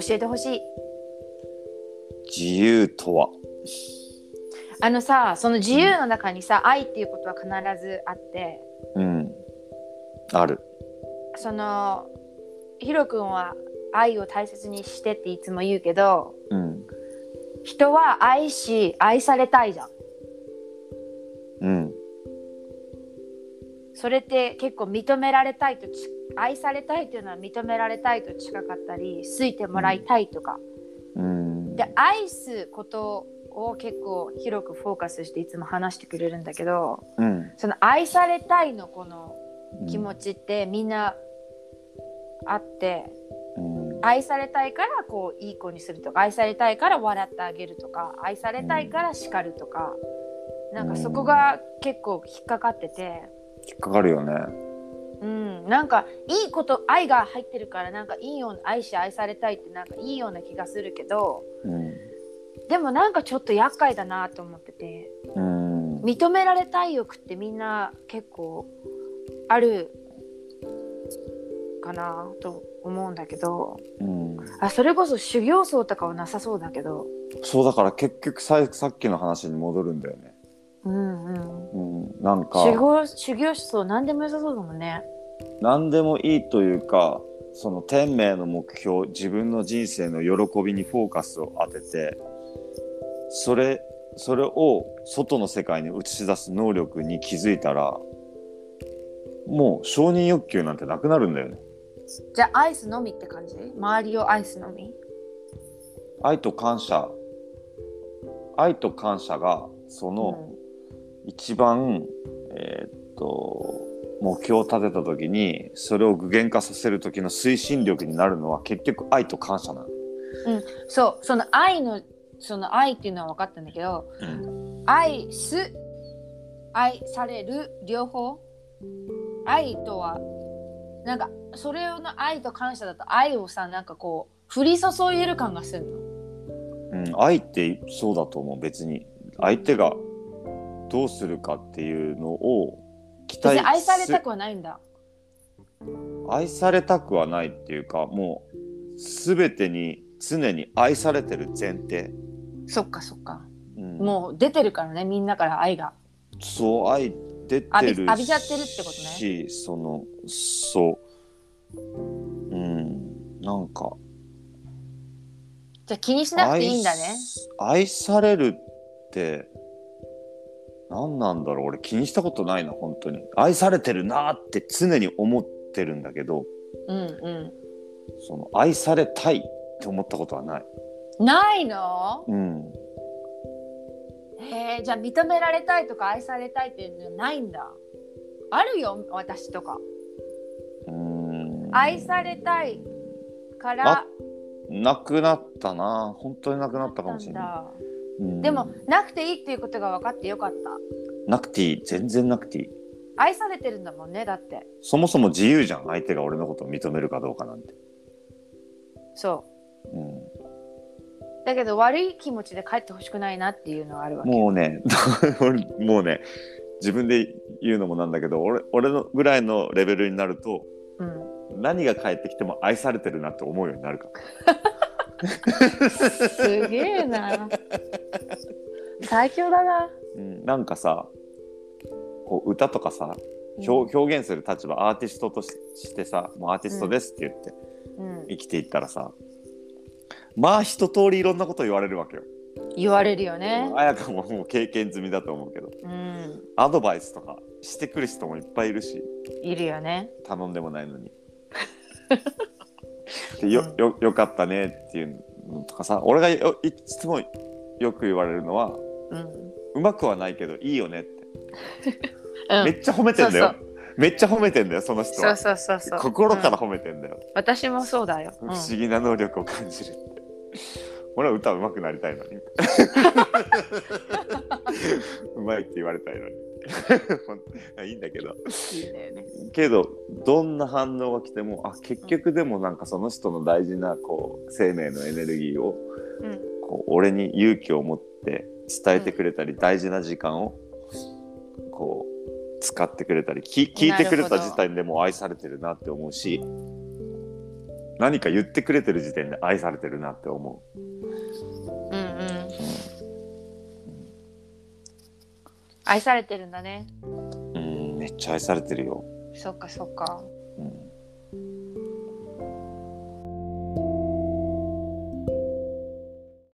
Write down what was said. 教えてほしい自由とはあのさその自由の中にさ、愛っていうことは必ずあってうんあるそのヒロ君は愛を大切にしてっていつも言うけどうん人は愛し愛されたいじゃんうんそれって結構認められたいとち愛されたいというのは認められたいと近かったり好いてもらいたいとか、うんで愛すことを結構広くフォーカスしていつも話してくれるんだけどうんその愛されたいのこの気持ち、ちってみんなあってうん愛されたいからこういい子にするとか愛されたいから笑ってあげるとか愛されたいから叱るとか、なんかそこが結構引っかかってて。引っかかるよねうん、なんかいいこと愛が入ってるからなんかいいような愛し愛されたいってなんかいいような気がするけどでもなんかちょっと厄介だなと思っててうん、うん、認められたい欲ってみんな結構あるかなと思うんだけどうんあそれこそ修行僧とかはなさそうだけどそうだから結局ささっきの話に戻るんだよねうんうんうんなんか修行修行僧何でも良さそうだもんね何でもいいというかその天命の目標自分の人生の喜びにフォーカスを当ててそれそれを外の世界に映し出す能力に気づいたらもう承認欲求なんてなくなるんだよねじゃあアイスのみって感じ周りをアイスのみ愛と感謝愛と感謝がその一番、えーっと目標を立てた時にそれを具現化させる時の推進力になるのは結局愛と感謝なの。そうその愛のその愛っていうのは分かったんだけど愛す愛される両方愛とはなんかそれの愛と感謝だと愛をさなんかこう降り注いでる感がするのうん、愛ってそうだと思う別に相手がどうするかっていうのを期別待に愛されたすくはないんだ愛されたくはないっていうかもう全てに常に愛されてる前提、そっかそっかうん、もう出てるからねみんなから愛がそう愛出てる浴び浴びちゃってるってことねしそのそううんなんかじゃあ気にしなくていいんだね愛愛されるって何なんだろう俺気にしたことないな本当に愛されてるなって常に思ってるんだけどうんその愛されたいって思ったことはない、うんないのうん、へえじゃあ認められたいとか愛されたいっていうのはないんだあるよ私とかうん愛されたいからあなくなったな本当になくなったかもしれないなんだうんでもなくていいっていうことが分かってよかったなくていい全然なくていい愛されてるんだもんねだってそもそも自由じゃん相手が俺のことを認めるかどうかなんて、そうん、うだけど悪い気持ちで帰ってほしくないなっていうのはあるわけもうね 俺もうね自分で言うのもなんだけど俺俺のぐらいのレベルになるとうん、何が返ってきても愛されてるなって思うようになるからすげえ な最強だなうん、なんかさこう歌とかさ表表現する立場アーティストとししてさもうアーティストですって言ってうん、生きていったらさ、まあ一通りいろんなこと言われるわけよ。言われるよねあやかももう経験済みだと思うけどうんアドバイスとかしてくる人もいっぱいいるしいるよね頼んでもない のに。でよよよかったねっていうのとかさ俺がよいつもよく言われるのはうん、うまくはないけどいいよねってうめん、っちゃ褒めてんだよ、そうめっちゃ褒めてんだよその人そうはそうそうそう心からうん褒めてんだよ、私もそうだよ、うん不思議な能力を感じるって俺は歌うまくなりたい のにうまいって言われたいのに ほんといいんだけどいいんだよねけどどんな反応が来てもあ結局でもなんかその人の大事なこう生命のエネルギーをうんこう俺に勇気を持って伝えてくれたり、大事な時間をこう使ってくれたりき聞いてくなれるほたど時点でもう愛されてるなって思うし何か言ってくれてる時点で愛されてるなって思ううんうん愛されてるんだねうんめっちゃ愛されてるよ、そっかそっかうん